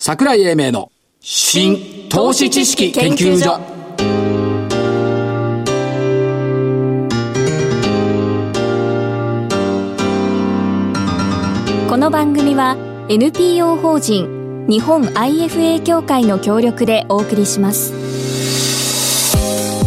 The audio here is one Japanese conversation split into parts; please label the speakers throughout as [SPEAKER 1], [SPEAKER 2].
[SPEAKER 1] 桜井英明の新投資知識研究所
[SPEAKER 2] この番組は NPO 法人日本 IFA 協会の協力でお送りします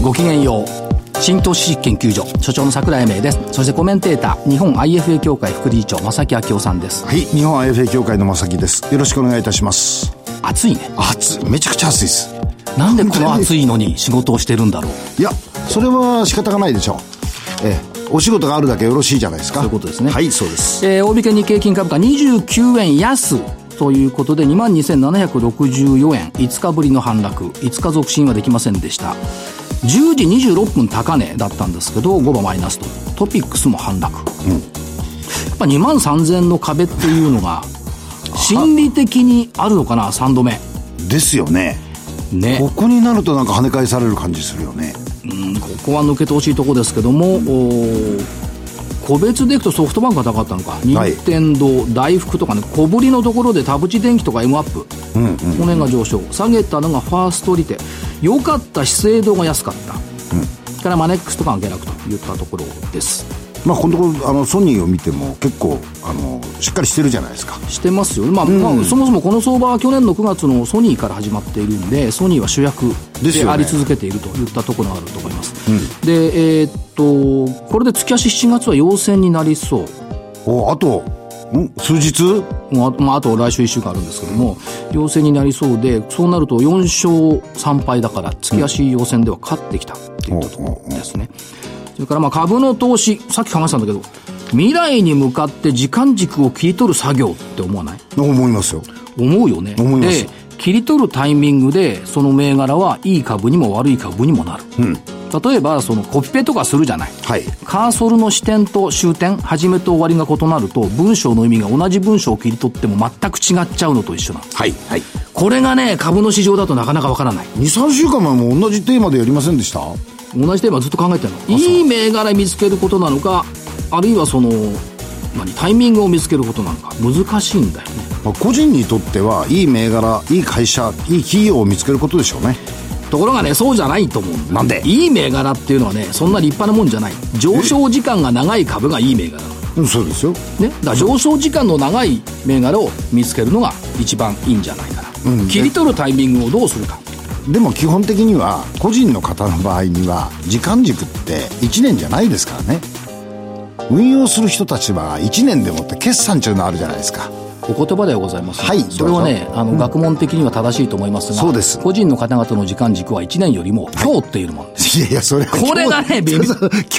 [SPEAKER 1] ごきげんよう新投資知識研究所所長の桜井英明ですそしてコメンテーター日本 IFA 協会副理事長正木昭夫さんです
[SPEAKER 3] はい、日本 IFA 協会の正木です。よろしくお願いいたします。
[SPEAKER 1] 暑いね
[SPEAKER 3] 暑い、めちゃくちゃ暑いです。
[SPEAKER 1] なんでこの暑いのに仕事をしてるんだろう
[SPEAKER 3] いや、それは仕方がないでしょう。ええ、お仕事があるだけよろしいじゃないですか。
[SPEAKER 1] そういうことですね
[SPEAKER 3] はい、そうです。
[SPEAKER 1] えー、大引け日経金株価29円安ということで22,764円5日ぶりの反落5日続伸はできませんでした10時26分高値だったんですけど5番マイナスとトピックスも反落、やっぱ2万3000の壁っていうのが心理的にあるのかな3度目
[SPEAKER 3] ですよね。
[SPEAKER 1] ね
[SPEAKER 3] ここになるとなんか跳ね返される感じするよね。
[SPEAKER 1] うんここは抜けてほしいとこですけども、おー個別でいくとソフトバンクが高かったのか、
[SPEAKER 3] い
[SPEAKER 1] 任天堂大福とかね、小ぶりのところで田淵電機とか M アップ、この辺が上昇、下げたのがファーストリテ、良かった資生堂が安かった、それからマネックスとかが下落といったところです。
[SPEAKER 3] まあ、このところ、あの、ソニーを見ても結構、あの、しっかりしてるじゃないですか。
[SPEAKER 1] してますよ、まあまあ、そもそもこの相場は去年の9月のソニーから始まっているんでソニーは主役
[SPEAKER 3] です
[SPEAKER 1] で
[SPEAKER 3] よね
[SPEAKER 1] あり続けているといったところがあると思います、でえーっとこれで月足7月は陽線になりそう
[SPEAKER 3] お、あと、ん数日
[SPEAKER 1] もうあ,、まあ、あと来週1週間あるんですけども陽線になりそうでそうなると4勝3敗だから月足陽線では勝ってきたっていうところですね、それからまあ株の投資さっき考えてたんだけど未来に向かって時間軸を切り取る作業って思わない
[SPEAKER 3] 思いますよ。
[SPEAKER 1] 思うよね
[SPEAKER 3] 思います
[SPEAKER 1] で切り取るタイミングでその銘柄はいい株にも悪い株にもなる、例えばそのコピペとかするじゃない
[SPEAKER 3] はい。
[SPEAKER 1] カーソルの視点と終点始めと終わりが異なると文章の意味が同じ文章を切り取っても全く違っちゃうのと一緒なの
[SPEAKER 3] はい。はい。
[SPEAKER 1] これがね株の市場だとなかなかわからない
[SPEAKER 3] 2、3週間前も同じテーマでやりませんでした
[SPEAKER 1] 同じテーマずっと考えてるのいい銘柄見つけることなのかあるいはその何タイミングを見つけることなのか難しいんだよね
[SPEAKER 3] まあ、個人にとってはいい銘柄いい会社いい企業を見つけることでしょうね
[SPEAKER 1] ところがねそうじゃないと思うんだ
[SPEAKER 3] なんで
[SPEAKER 1] いい銘柄っていうのはねそんな立派なもんじゃない上昇時間が長い株がいい銘柄なの
[SPEAKER 3] うんそうですよ
[SPEAKER 1] ねだから上昇時間の長い銘柄を見つけるのが一番いいんじゃないかな、
[SPEAKER 3] うん
[SPEAKER 1] 切り取るタイミングをどうするか
[SPEAKER 3] でも基本的には個人の方の場合には時間軸って1年じゃないですからね運用する人たちは1年でもって決算というのあるじゃないですか
[SPEAKER 1] お言葉ではございます
[SPEAKER 3] はい
[SPEAKER 1] それはねあの、学問的には正しいと思いますが
[SPEAKER 3] そうです
[SPEAKER 1] 個人の方々の時間軸は1年よりも今日っていうもんです、
[SPEAKER 3] いやいやそれは今日
[SPEAKER 1] これがね微妙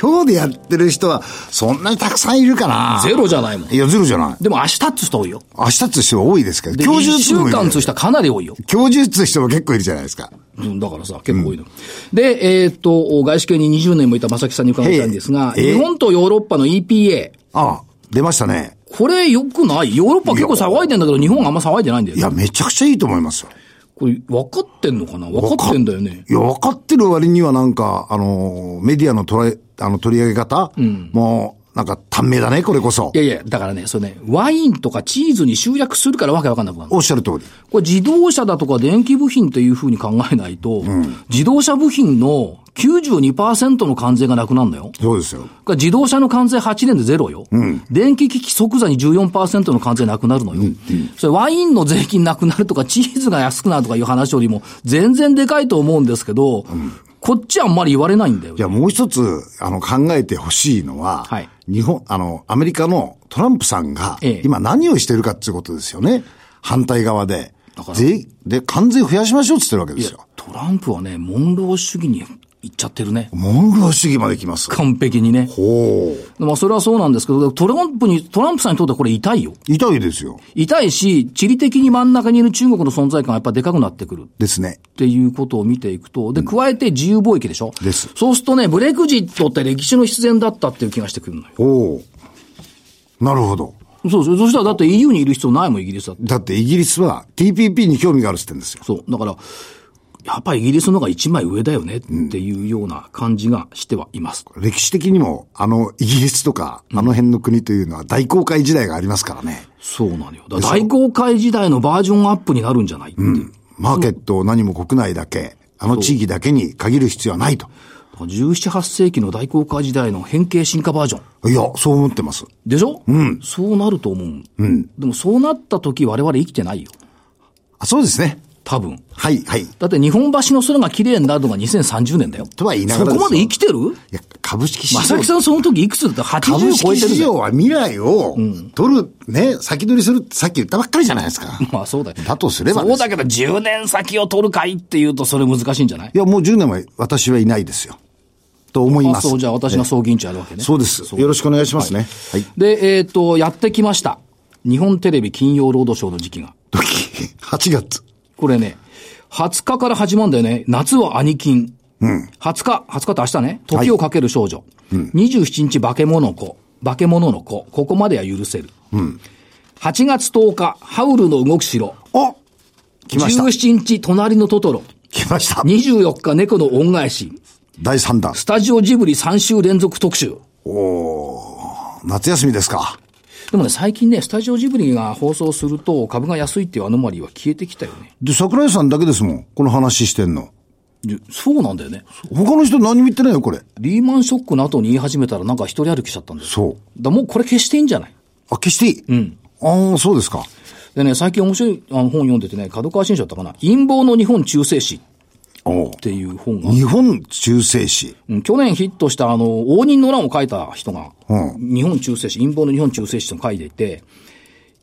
[SPEAKER 3] 今日でやってる人はそんなにたくさんいるかな
[SPEAKER 1] ゼロじゃないもん
[SPEAKER 3] いやゼロじゃない
[SPEAKER 1] でも明日っつう人多いよ
[SPEAKER 3] 明日っつう人は多いですけど
[SPEAKER 1] で
[SPEAKER 3] 今日中
[SPEAKER 1] 1
[SPEAKER 3] っつう
[SPEAKER 1] 週
[SPEAKER 3] 人もいる
[SPEAKER 1] 間っつう人はかなり多いよ
[SPEAKER 3] 今日中っつう人も結構いるじゃないですか
[SPEAKER 1] うんだからさ、結構多いの。で、えーっと、外資系に20年もいた正木さんに伺いたいんですが、
[SPEAKER 3] へえ
[SPEAKER 1] 日本とヨーロッパの EPA、
[SPEAKER 3] ああ出ましたね
[SPEAKER 1] これ良くないヨーロッパ結構騒いでんだけど、日本あんま騒いでないんだよ
[SPEAKER 3] い
[SPEAKER 1] ね。
[SPEAKER 3] やめちゃくちゃいいと思いますよ
[SPEAKER 1] これ分かってんのかな分かってんだよね。
[SPEAKER 3] いや、分かってる割にはなんか、あの、メディアの捉え、あの、取り上げ方、もう、なんか、短命だね、これこそ
[SPEAKER 1] い。やいや、だからね、それね、ワインとかチーズに集約するからわけわかんなくなる。
[SPEAKER 3] おっしゃる通り。
[SPEAKER 1] これ自動車だとか電気部品というふうに考えないと、自動車部品の92%の関税がなくなるのよ。
[SPEAKER 3] そうですよ。
[SPEAKER 1] これ自動車の関税8年でゼロよ。電気機器即座に14%の関税なくなるのよ。それワインの税金なくなるとか、チーズが安くなるとかいう話よりも、全然でかいと思うんですけど、こっちあんまり言われないんだよ
[SPEAKER 3] じ。ゃあもう一つ、あの、考えてほしいのは、
[SPEAKER 1] はい
[SPEAKER 3] 日本、あの、アメリカのトランプさんが
[SPEAKER 1] ええ、
[SPEAKER 3] 今何をしてるかっていうことですよね。反対側で
[SPEAKER 1] だから。
[SPEAKER 3] 税、で、関税増やしましょうって言ってるわけですよ。
[SPEAKER 1] トランプはね、モンロー主義に行っちゃってるね。
[SPEAKER 3] モンロー主義まで来ます。
[SPEAKER 1] 完璧にね。
[SPEAKER 3] ほう。
[SPEAKER 1] まあそれはそうなんですけど、トランプに、トランプさんにとってはこれ痛いよ。
[SPEAKER 3] 痛いですよ。
[SPEAKER 1] 痛いし、地理的に真ん中にいる中国の存在感がやっぱでかくなってくる。
[SPEAKER 3] ですね。
[SPEAKER 1] っていうことを見ていくと、で、加えて自由貿易でしょ
[SPEAKER 3] です
[SPEAKER 1] そうするとね、ブレクジットって歴史の必然だったっていう気がしてくるのよ。
[SPEAKER 3] ほう。なるほど。
[SPEAKER 1] そうそう。そしたらだって EU にいる必要ないもん、イギリスだって。
[SPEAKER 3] だってイギリスは TPP に興味があるって言ってんですよ。
[SPEAKER 1] そう。だから、やっぱイギリスの方が一枚上だよねっていうような感じがしてはいます。
[SPEAKER 3] 歴史的にも、あの、イギリスとか、あの辺の国というのは大航海時代がありますからね。
[SPEAKER 1] そうなのよ。だから大航海時代のバージョンアップになるんじゃないっていう。
[SPEAKER 3] マーケットを何も国内だけ、あの地域だけに限る必要はないと。
[SPEAKER 1] だから17、8世紀の大航海時代の変形進化バージョン。
[SPEAKER 3] いや、そう思ってます。
[SPEAKER 1] でしょうん。そうなると思う。うん。でもそうなった時我々生きてないよ。
[SPEAKER 3] あそうですね。
[SPEAKER 1] 多分。
[SPEAKER 3] はい、はい。
[SPEAKER 1] だって日本橋の空が綺麗になるのが2030年だよ。
[SPEAKER 3] とは言いながら
[SPEAKER 1] そこまで生
[SPEAKER 3] き
[SPEAKER 1] きてる
[SPEAKER 3] いや、株式市場。
[SPEAKER 1] 正木さんその時いくつだった ?80
[SPEAKER 3] 株
[SPEAKER 1] 超え
[SPEAKER 3] 式
[SPEAKER 1] てる
[SPEAKER 3] 市
[SPEAKER 1] ぜ
[SPEAKER 3] 場は未来を取る、ね、先取りするってさっき言ったばっかりじゃないですか。
[SPEAKER 1] まあそうだよ。
[SPEAKER 3] だとすればです
[SPEAKER 1] そうだけど10年先を取るかいっていうとそれ難しいんじゃない
[SPEAKER 3] いや、もう10年は私はいないですよ。と思いま
[SPEAKER 1] あ
[SPEAKER 3] す。
[SPEAKER 1] そう、じゃあ私が葬儀委員長やるわけね。
[SPEAKER 3] そうです。よろしくお願いしますね。はい。
[SPEAKER 1] で、えっ、と、やってきました。日本テレビ金曜ロードショーの時期が。
[SPEAKER 3] 時、8月。
[SPEAKER 1] これね、20日から始まるんだよね。夏は兄金。うん。20日、20日って明日ね。時をかける少女。うん。27日化け物の子。化け物の子。ここまでは許せる。うん。8月10日、ハウルの動く城。
[SPEAKER 3] お来ました。
[SPEAKER 1] 17日、隣のトトロ。
[SPEAKER 3] 来ました。
[SPEAKER 1] 24日、猫の恩返し。
[SPEAKER 3] 第3弾。
[SPEAKER 1] スタジオジブリ3週連続特集。
[SPEAKER 3] 夏休みですか。
[SPEAKER 1] でもね、最近ね、スタジオジブリが放送すると株が安いっていうアノマリーは消えてきたよね。
[SPEAKER 3] で、桜井さんだけですもん。この話してんの。
[SPEAKER 1] でそうなんだよね。
[SPEAKER 3] 他の人何も言ってないよ、これ。
[SPEAKER 1] リーマンショックの後に言い始めたらなんか一人歩きしちゃったんだよ。
[SPEAKER 3] そう。
[SPEAKER 1] だもうこれ消していいんじゃない
[SPEAKER 3] あ、消していい。うん。ああ、そうですか。
[SPEAKER 1] でね、最近面白いあの本読んでてね、角川新書だったかな。陰謀の日本中世史っ
[SPEAKER 3] おう
[SPEAKER 1] ていう本が、
[SPEAKER 3] 日本中世史。
[SPEAKER 1] うん去年ヒットしたあの、応仁の乱を書いた人が、日本中世史、陰謀の日本中世史と書いていて、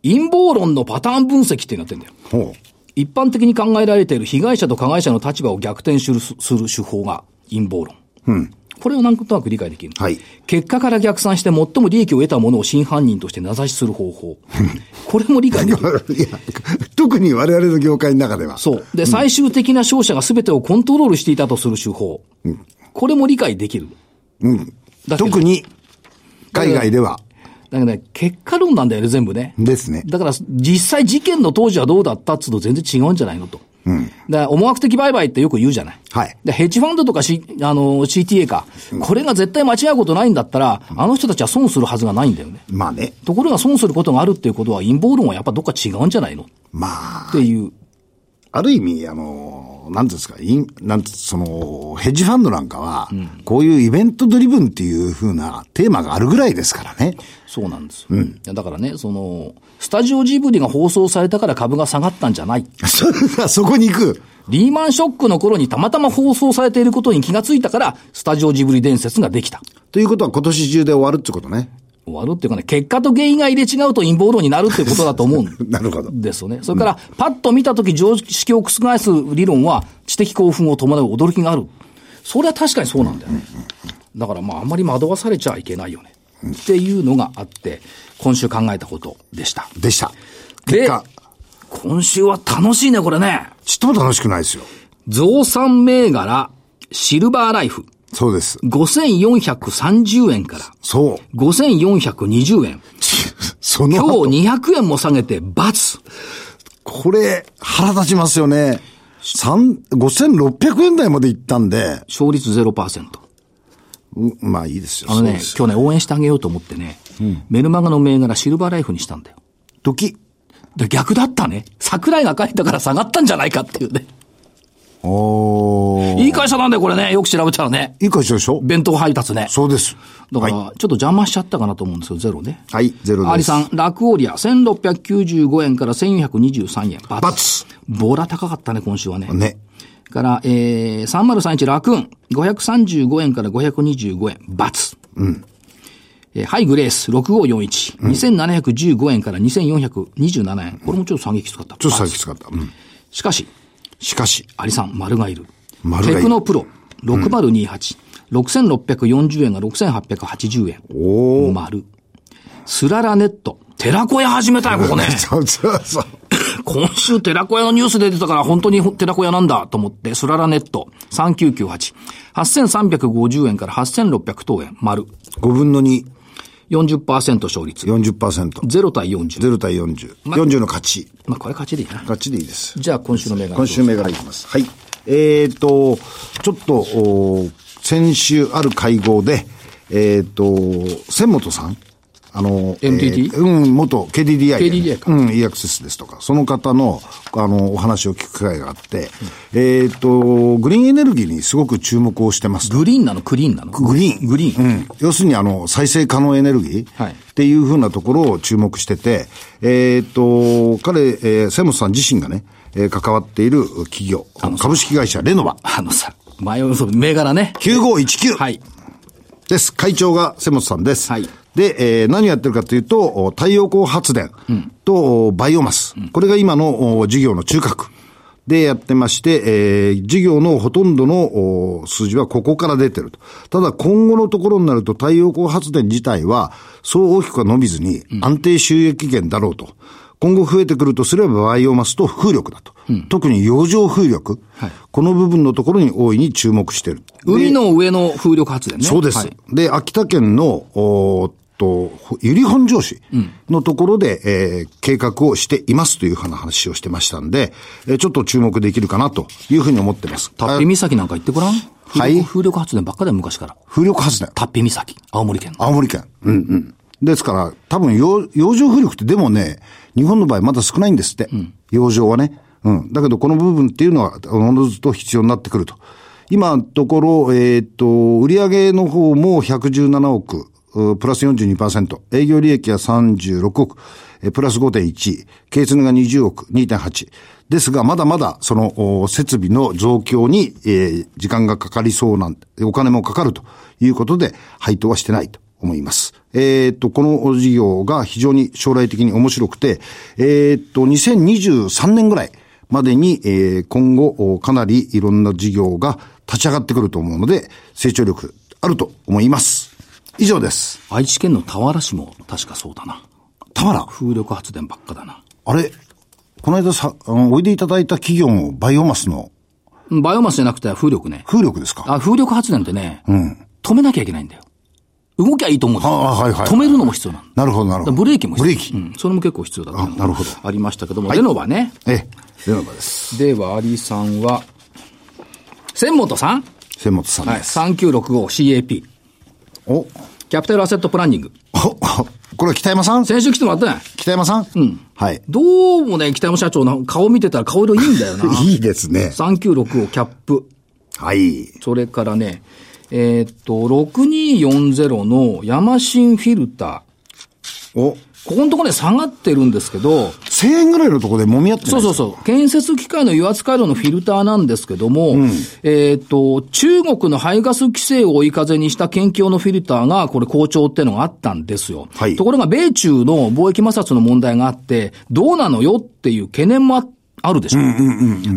[SPEAKER 1] 陰謀論のパターン分析っていうのやってんだよ。
[SPEAKER 3] ほ
[SPEAKER 1] 一般的に考えられている被害者と加害者の立場を逆転するする手法が陰謀論。これをなんとなく理解できる。
[SPEAKER 3] はい
[SPEAKER 1] 結果から逆算して最も利益を得たものを真犯人として名指しする方法。これも理解できる。
[SPEAKER 3] う。いや、 特に我々の業界の中では。
[SPEAKER 1] そう。で、最終的な勝者が全てをコントロールしていたとする手法。これも理解できる。だけど
[SPEAKER 3] 特に、海外では。
[SPEAKER 1] だけどね、結果論なんだよね、全部ね。
[SPEAKER 3] ですね。
[SPEAKER 1] だから、実際事件の当時はどうだったっつうと全然違うんじゃないのと。だから、思惑的売買ってよく言うじゃない。
[SPEAKER 3] はい
[SPEAKER 1] で、ヘッジファンドとか、C、あの、CTA か。これが絶対間違うことないんだったら、あの人たちは損するはずがないんだよね。
[SPEAKER 3] まあね。
[SPEAKER 1] ところが損することがあるっていうことは陰謀論はやっぱどっか違うんじゃないのっ
[SPEAKER 3] まあ、
[SPEAKER 1] ていう。
[SPEAKER 3] ある意味、あの、なんていうんですか、イン、なんて、その、ヘッジファンドなんかは、こういうイベントドリブンっていう風なテーマがあるぐらいですからね。
[SPEAKER 1] そうなんですよ。いやだからね、その、スタジオジブリが放送されたから株が下がったんじゃない。
[SPEAKER 3] そそこに行く。
[SPEAKER 1] リーマンショックの頃にたまたま放送されていることに気がついたから、スタジオジブリ伝説ができた。
[SPEAKER 3] ということは今年中で終わるってことね。
[SPEAKER 1] 終わるっていうかね、結果と原因が入れ違うと陰謀論になるっていうことだと思うん
[SPEAKER 3] なるほど。
[SPEAKER 1] ですよね。それから、パッと見たとき常識を覆す理論は、知的興奮を伴う驚きがある。それは確かにそうなんだよね。だからまあ、あんまり惑わされちゃいけないよね。っていうのがあって、今週考えたことでした。
[SPEAKER 3] でした。
[SPEAKER 1] で
[SPEAKER 3] 結果、
[SPEAKER 1] 今週は楽しいね、これね。
[SPEAKER 3] ちっとも楽しくないですよ。
[SPEAKER 1] 増産銘柄、シルバーライフ、
[SPEAKER 3] そうです。
[SPEAKER 1] 5430円から、
[SPEAKER 3] そう。
[SPEAKER 1] 5420円。
[SPEAKER 3] その後
[SPEAKER 1] 今日200円も下げて、×。
[SPEAKER 3] これ、腹立ちますよね。三、五千六百円台まで行ったんで、
[SPEAKER 1] 勝率0%。
[SPEAKER 3] うまあいいですよ。
[SPEAKER 1] あの
[SPEAKER 3] そう
[SPEAKER 1] ね
[SPEAKER 3] で、すよ
[SPEAKER 1] 今日ね、応援してあげようと思ってね、メルマガの銘柄シルバーライフにしたんだよ。
[SPEAKER 3] 時。
[SPEAKER 1] で逆だったね。桜井が書いたから下がったんじゃないかっていうね。
[SPEAKER 3] おー。
[SPEAKER 1] いい会社なんだよ、これね。よく調べたらね。
[SPEAKER 3] いい会社でしょ
[SPEAKER 1] 弁当配達ね。
[SPEAKER 3] そうです。
[SPEAKER 1] だから、ち
[SPEAKER 3] は
[SPEAKER 1] ょっと邪魔しちゃったかなと思うんですよ、ゼロね。
[SPEAKER 3] い、はい、ゼロです。
[SPEAKER 1] アリさん、ラクオリア、1695円から1423円。バ
[SPEAKER 3] バツ。
[SPEAKER 1] ボラ高かったね、今週はね。
[SPEAKER 3] ね。
[SPEAKER 1] から、えー、3031ラクーン、535円から525円。バツ。えーハイグレース、6541、2715円から2427円。これもちょっと下げきつかった。
[SPEAKER 3] ちょっと
[SPEAKER 1] バ
[SPEAKER 3] 先
[SPEAKER 1] ツ
[SPEAKER 3] 使った。うん。
[SPEAKER 1] しかし、
[SPEAKER 3] しかし、
[SPEAKER 1] アリさん、丸がいる。
[SPEAKER 3] 丸がいる
[SPEAKER 1] テクノプロ、6028、6640円が6880円。
[SPEAKER 3] おー。
[SPEAKER 1] 丸。スララネット、寺子屋始めたよ、ここね。
[SPEAKER 3] そうそうそう。
[SPEAKER 1] 今週、寺子屋のニュースで出てたから、本当に寺子屋なんだと思って、スララネット3998、8350円から8600等円、丸。
[SPEAKER 3] 5分の2、
[SPEAKER 1] 40%勝率。
[SPEAKER 3] 40%。
[SPEAKER 1] 0対40。
[SPEAKER 3] 0対40。40の勝ち。
[SPEAKER 1] まあ、これ勝ちでいいな。
[SPEAKER 3] 勝ちでいいです。
[SPEAKER 1] じゃあ、今週の銘柄。
[SPEAKER 3] 今週銘柄いきます。はい。えっ、と、ちょっと、お先週ある会合で、えっ、と、千本さんあの、
[SPEAKER 1] NTT
[SPEAKER 3] えーうん、元 KDDI でね、
[SPEAKER 1] KDDI か
[SPEAKER 3] うん、e アクセスですとか、その方の、あの、お話を聞く機会があって、えっ、と、グリーンエネルギーにすごく注目をしてます。
[SPEAKER 1] グリーンなのクリーンなの
[SPEAKER 3] グリーン。
[SPEAKER 1] グリーン。
[SPEAKER 3] うん。要するに、あの、再生可能エネルギ
[SPEAKER 1] は
[SPEAKER 3] ー
[SPEAKER 1] い
[SPEAKER 3] っていうふうなところを注目してて、えっ、と、彼、えー、セモスさん自身がね、えー関わっている企業、株式会社レノバ
[SPEAKER 1] あのさ、前を、そう銘柄ね。
[SPEAKER 3] 9519。
[SPEAKER 1] はい。
[SPEAKER 3] です。会長が瀬本さんです。
[SPEAKER 1] はい
[SPEAKER 3] で、えー何をやってるかというと、お太陽光発電と、おバイオマス。これが今のお事業の中核でやってまして、えー事業のほとんどのお数字はここから出てると。ただ今後のところになると太陽光発電自体はそう大きくは伸びずに安定収益源だろうと。今後増えてくるとすればバイオマスと風力だと。特に洋上風力、この部分のところに大いに注目してる。
[SPEAKER 1] 海の上の風力発電ね。
[SPEAKER 3] そうです。
[SPEAKER 1] はい
[SPEAKER 3] で、秋田県の、おーっと、ゆり本庄市のところで、えー計画をしていますというふうな話をしてましたんで、えーちょっと注目できるかなというふうに思ってます。
[SPEAKER 1] タッピ岬なんか行ってごらん。
[SPEAKER 3] は
[SPEAKER 1] 風
[SPEAKER 3] い
[SPEAKER 1] 力風力発電ばっかだよ、昔から。
[SPEAKER 3] 風力発電。
[SPEAKER 1] タッピ岬。青森県の。
[SPEAKER 3] 青森県。うんうん。ですから、多分洋、洋上風力ってでもね、日本の場合まだ少ないんですって。洋上はね。うん。だけど、この部分っていうのは、おのずと必要になってくると。今のところ、えーっと、売上の方も117億、うプラス42%、営業利益は36億、えプラス5.1、経営が20億、2.8。ですが、まだまだ、その、お設備の増強に、えー時間がかかりそうなんで、お金もかかるということで、配当はしてないと思います。えーっと、この事業が非常に将来的に面白くて、えーっと、2023年ぐらいまでに、えー今後、おかなりいろんな事業が立ち上がってくると思うので、成長力あると思います。以上です。
[SPEAKER 1] 愛知県の田原市も確かそうだな。
[SPEAKER 3] 田原、
[SPEAKER 1] 風力発電ばっかだな。
[SPEAKER 3] あれ、この間さ、あのおいでいただいた企業のバイオマスの
[SPEAKER 1] うんバイオマスじゃなくて風力ね。
[SPEAKER 3] 風力ですか
[SPEAKER 1] あ、風力発電ってね、止めなきゃいけないんだよ。動きゃいいと思う。
[SPEAKER 3] ああはいはい
[SPEAKER 1] 止めるのも必要なの。
[SPEAKER 3] なるほど、な
[SPEAKER 1] だか
[SPEAKER 3] るほど。
[SPEAKER 1] らブレーキも
[SPEAKER 3] ブ
[SPEAKER 1] 必要。
[SPEAKER 3] レーキ。
[SPEAKER 1] うん。それも結構必要だったの
[SPEAKER 3] あなるほど
[SPEAKER 1] ありましたけども、レノバね。
[SPEAKER 3] ええ、レノバです。
[SPEAKER 1] では、アリさんは、千本さん
[SPEAKER 3] 千本さん
[SPEAKER 1] はい。
[SPEAKER 3] です。
[SPEAKER 1] 3965CAP。
[SPEAKER 3] お、お、
[SPEAKER 1] キャピタルアセットプランニング。
[SPEAKER 3] これは北山さん
[SPEAKER 1] 先週来てもらったね。
[SPEAKER 3] 北山さんうん。はい。
[SPEAKER 1] どうもね、北山社長の顔見てたら顔色いいんだよな。
[SPEAKER 3] いいですね。
[SPEAKER 1] 396をキャップ。
[SPEAKER 3] はい。
[SPEAKER 1] それからね、えーっと、6240のヤマシンフィルタ
[SPEAKER 3] お、
[SPEAKER 1] ー。ここのところね、下がってるんですけど、
[SPEAKER 3] 1000円ぐらいのところで揉み合ってない
[SPEAKER 1] そうそうそう。建設機械の油圧回路のフィルターなんですけども、えーっ、と、中国の排ガス規制を追い風にした研究のフィルターが、これ好調ってのがあったんですよ。
[SPEAKER 3] はい
[SPEAKER 1] ところが、米中の貿易摩擦の問題があって、どうなのよっていう懸念もああるでしょ、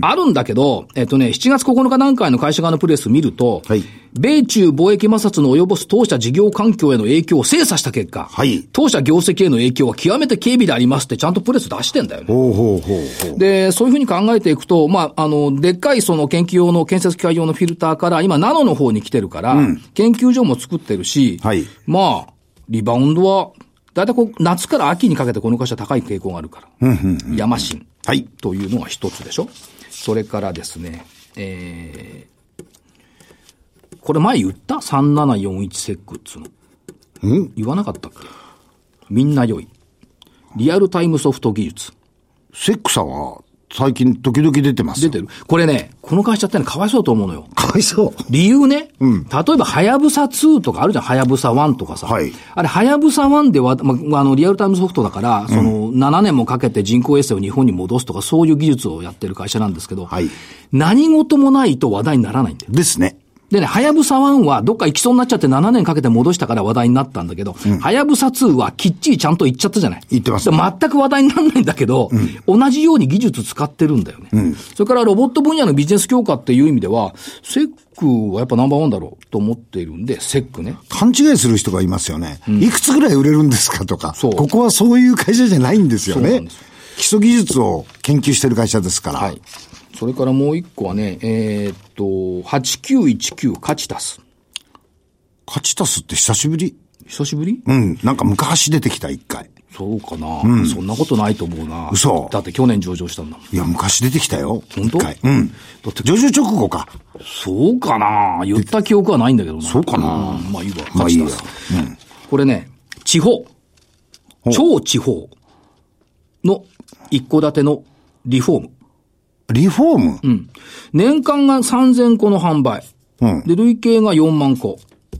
[SPEAKER 1] あるんだけど、えーっ、とね、7月9日段階の会社側のプレス見ると、
[SPEAKER 3] はい
[SPEAKER 1] 米中貿易摩擦の及ぼす当社事業環境への影響を精査した結果、
[SPEAKER 3] はい
[SPEAKER 1] 当社業績への影響は極めて軽微でありますってちゃんとプレス出してんだよね。
[SPEAKER 3] ほうほうほうほう。
[SPEAKER 1] で、そういうふうに考えていくと、まあ、あの、でっかいその研究用の、建設機械用のフィルターから、今ナノの方に来てるから、研究所も作ってるし、
[SPEAKER 3] はい
[SPEAKER 1] まあ、リバウンドは、だいたいこう、夏から秋にかけてこの会社高い傾向があるから。ヤマシン。
[SPEAKER 3] はい
[SPEAKER 1] というのが一つでしょ。それからですね、えー、これ前言った ?3741 セックっつうの。
[SPEAKER 3] ん
[SPEAKER 1] 言わなかったっけみんな良い。リアルタイムソフト技術。
[SPEAKER 3] セックさんは最近時々出てます。
[SPEAKER 1] 出てる。これね、この会社ってね、かわいそうだと思うのよ。
[SPEAKER 3] かわいそう。
[SPEAKER 1] 理由ね。例えば、はやぶさ2とかあるじゃん。はやぶさ1とかさ。
[SPEAKER 3] はい
[SPEAKER 1] あれ、はやぶさ1では、まあ、あの、リアルタイムソフトだから、その、7年もかけて人工衛星を日本に戻すとか、そういう技術をやってる会社なんですけど、
[SPEAKER 3] はい
[SPEAKER 1] 何事もないと話題にならないんだよ。
[SPEAKER 3] ですね。
[SPEAKER 1] でね、はやぶさ1はどっか行きそうになっちゃって7年かけて戻したから話題になったんだけど、はやぶさ2はきっちりちゃんと行っちゃったじゃない
[SPEAKER 3] 行ってます
[SPEAKER 1] で全く話題にならないんだけど、同じように技術使ってるんだよね。それからロボット分野のビジネス強化っていう意味では、セックはやっぱナンバーワンだろうと思っているんで、セックね。
[SPEAKER 3] 勘違いする人がいますよね。いくつぐらい売れるんですかとか。
[SPEAKER 1] そう
[SPEAKER 3] ここはそういう会社じゃないんですよ
[SPEAKER 1] そうな
[SPEAKER 3] ね
[SPEAKER 1] んですよ。
[SPEAKER 3] 基礎技術を研究してる会社ですから。
[SPEAKER 1] はい。それからもう一個はね、えーっと、8919カチタス。
[SPEAKER 3] カチタスって久しぶり。
[SPEAKER 1] 久しぶり
[SPEAKER 3] うん。なんか昔出てきた一回。
[SPEAKER 1] そうかな、そんなことないと思うな。
[SPEAKER 3] 嘘
[SPEAKER 1] だって去年上場したんだもん。
[SPEAKER 3] いや、昔出てきたよ。
[SPEAKER 1] 本当
[SPEAKER 3] 一回うん。だって、上場直後か。
[SPEAKER 1] そうかな言った記憶はないんだけどな。
[SPEAKER 3] そうかなん
[SPEAKER 1] まあいいわ。
[SPEAKER 3] まあいいや
[SPEAKER 1] 勝ちだこれね、地方。超地方の一戸建てのリフォーム。
[SPEAKER 3] リフォーム
[SPEAKER 1] 年間が3000個の販売。
[SPEAKER 3] うん
[SPEAKER 1] で、累計が4万個。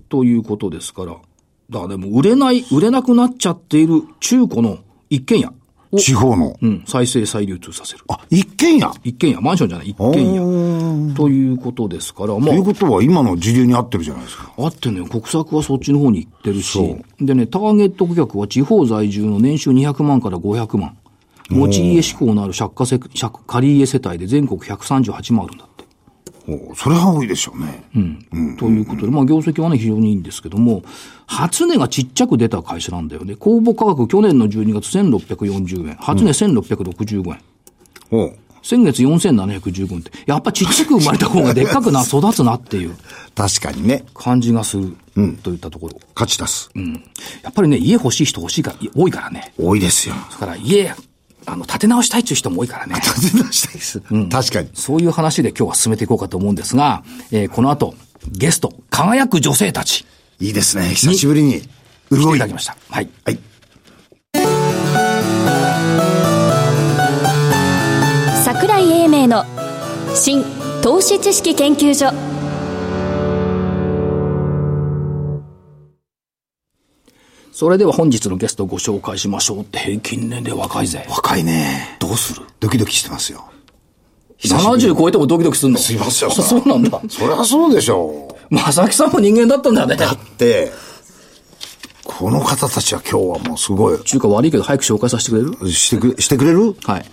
[SPEAKER 1] ということですから。だからでも売れない、売れなくなっちゃっている中古の一軒家を、
[SPEAKER 3] 地方の。
[SPEAKER 1] うん、再生再流通させる。
[SPEAKER 3] あ、一軒家
[SPEAKER 1] 一軒家、マンションじゃない、一軒家。ということですから、ま
[SPEAKER 3] と
[SPEAKER 1] あ
[SPEAKER 3] いう、ことは今の時流に合ってるじゃないですか。
[SPEAKER 1] あってね、国策はそっちの方に行ってるし、でね、ターゲット顧客は地方在住の年収200万から500万。持ち家志向のある借家せ借借家世帯で全国138万あるんだって。
[SPEAKER 3] おそれは多いでしょうね。
[SPEAKER 1] ということで、まあ業績はね、非常にいいんですけども、初値がちっちゃく出た会社なんだよね。公募価格去年の12月1640円、初値1665円。
[SPEAKER 3] おう
[SPEAKER 1] 先月4715円って、やっぱちっちゃく生まれた方がでっかくな、育つなっていう
[SPEAKER 3] 確かにね。
[SPEAKER 1] 感じがする、といったところ。
[SPEAKER 3] 勝ち出す。
[SPEAKER 1] やっぱりね、家欲しい人欲しいが多いからね。
[SPEAKER 3] 多いで すよ。
[SPEAKER 1] だから家、あの、建て直したいっていう人も多いからね。
[SPEAKER 3] 立て出したいです。確かに。
[SPEAKER 1] そういう話で今日は進めていこうかと思うんですが、えーこの後、ゲスト、輝く女性たち、
[SPEAKER 3] いいですね。久しぶりに。
[SPEAKER 1] 来て
[SPEAKER 3] 動
[SPEAKER 1] いただ
[SPEAKER 3] いた
[SPEAKER 1] きました。はい。
[SPEAKER 3] はい。
[SPEAKER 2] 桜井英明の新投資知識研究所
[SPEAKER 1] それでは本日のゲストをご紹介しましょうって、平均年齢若いぜ。
[SPEAKER 3] 若いね。どうするドキドキしてますよ。
[SPEAKER 1] 70超えてもドキドキするの
[SPEAKER 3] すいません
[SPEAKER 1] あ そうなんだ。
[SPEAKER 3] そりゃそうでしょ
[SPEAKER 1] まさきさんも人間だったんだね。
[SPEAKER 3] う。で、この方たちは今日はもうすごい。
[SPEAKER 1] ちゅうか悪いけど早く紹介させてくれる
[SPEAKER 3] してくれ、してくれる
[SPEAKER 1] はい。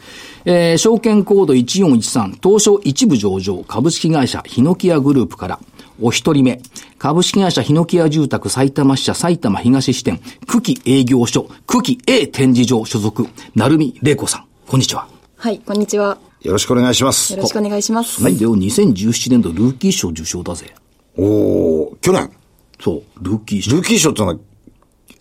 [SPEAKER 1] えー証券コード1413、東証一部上場、株式会社、ヒノキ屋グループから、お一人目、株式会社ヒノキ屋住宅埼玉支社埼玉東支店、久喜営業所、久喜 A 展示場所属、成美玲子さん。こんにちは。
[SPEAKER 4] はい、こんにちは。
[SPEAKER 3] よろしくお願いします
[SPEAKER 4] よ。ろしくお願いします。
[SPEAKER 1] はい。でよ、2017年度ルーキー賞受賞だぜ。
[SPEAKER 3] おお去年、
[SPEAKER 1] そう、ルーキー賞。
[SPEAKER 3] ルーキー賞ってのは、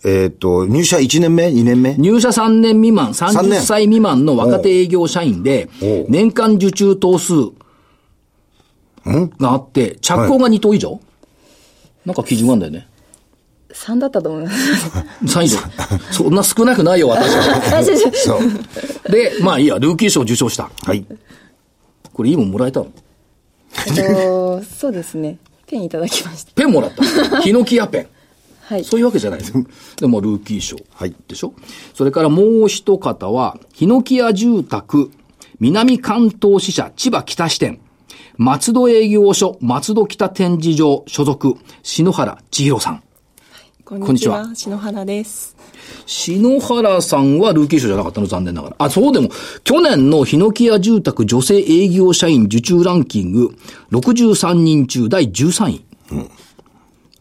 [SPEAKER 3] えっ、と、入社1年目 ?2 年目
[SPEAKER 1] 入社3年未満、
[SPEAKER 3] 三
[SPEAKER 1] 30
[SPEAKER 3] 年
[SPEAKER 1] 歳未満の若手営業社員で
[SPEAKER 3] おう、
[SPEAKER 1] 年間受注頭数があって、着工が2頭以上、なんか基準があるんだよね。
[SPEAKER 4] 3だったと思い ます。
[SPEAKER 1] 3以上。そんな少なくないよ、私は。
[SPEAKER 4] あ違う違う
[SPEAKER 3] そう。
[SPEAKER 1] で、まあいいや、ルーキー賞受賞した。
[SPEAKER 3] はい。
[SPEAKER 1] これいいもんもらえたの
[SPEAKER 4] えっと、そうですね。ペンいただきました。
[SPEAKER 1] ペンもらった。ヒノキ屋ペン。
[SPEAKER 4] はい。
[SPEAKER 1] そういうわけじゃないです。でも、ルーキー賞。
[SPEAKER 3] はい
[SPEAKER 1] でしょそれからもう一方は、ヒノキ屋住宅、南関東支社、千葉北支店、松戸営業所、松戸北展示場所属、篠原千尋さん。
[SPEAKER 4] こ
[SPEAKER 1] んにちは。
[SPEAKER 4] 篠原です。
[SPEAKER 1] 篠原さんはルーキー賞じゃなかったの残念ながら。あ、そうでも、去年のヒノキ屋住宅女性営業社員受注ランキング、63人中第13位。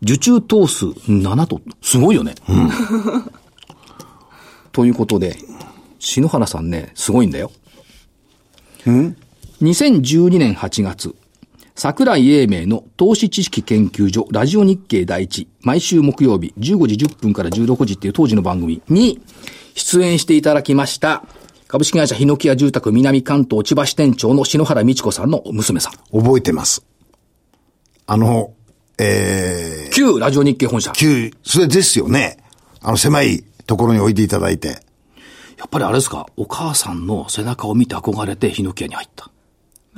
[SPEAKER 1] 受注頭数7と、すごいよね。ということで、篠原さんね、すごいんだよ。2012年8月、桜井英明の投資知識研究所ラジオ日経第一、毎週木曜日15時10分から16時っていう当時の番組に出演していただきました、株式会社ヒノキ屋住宅南関東千葉支店長の篠原美智子さんの娘さん。
[SPEAKER 3] 覚えてます。あの、え
[SPEAKER 1] 旧ラジオ日経本社
[SPEAKER 3] ー、。旧、それですよね。あの、狭いところに置いていただいて。
[SPEAKER 1] やっぱりあれですか、お母さんの背中を見て憧れてヒノキ屋に入った。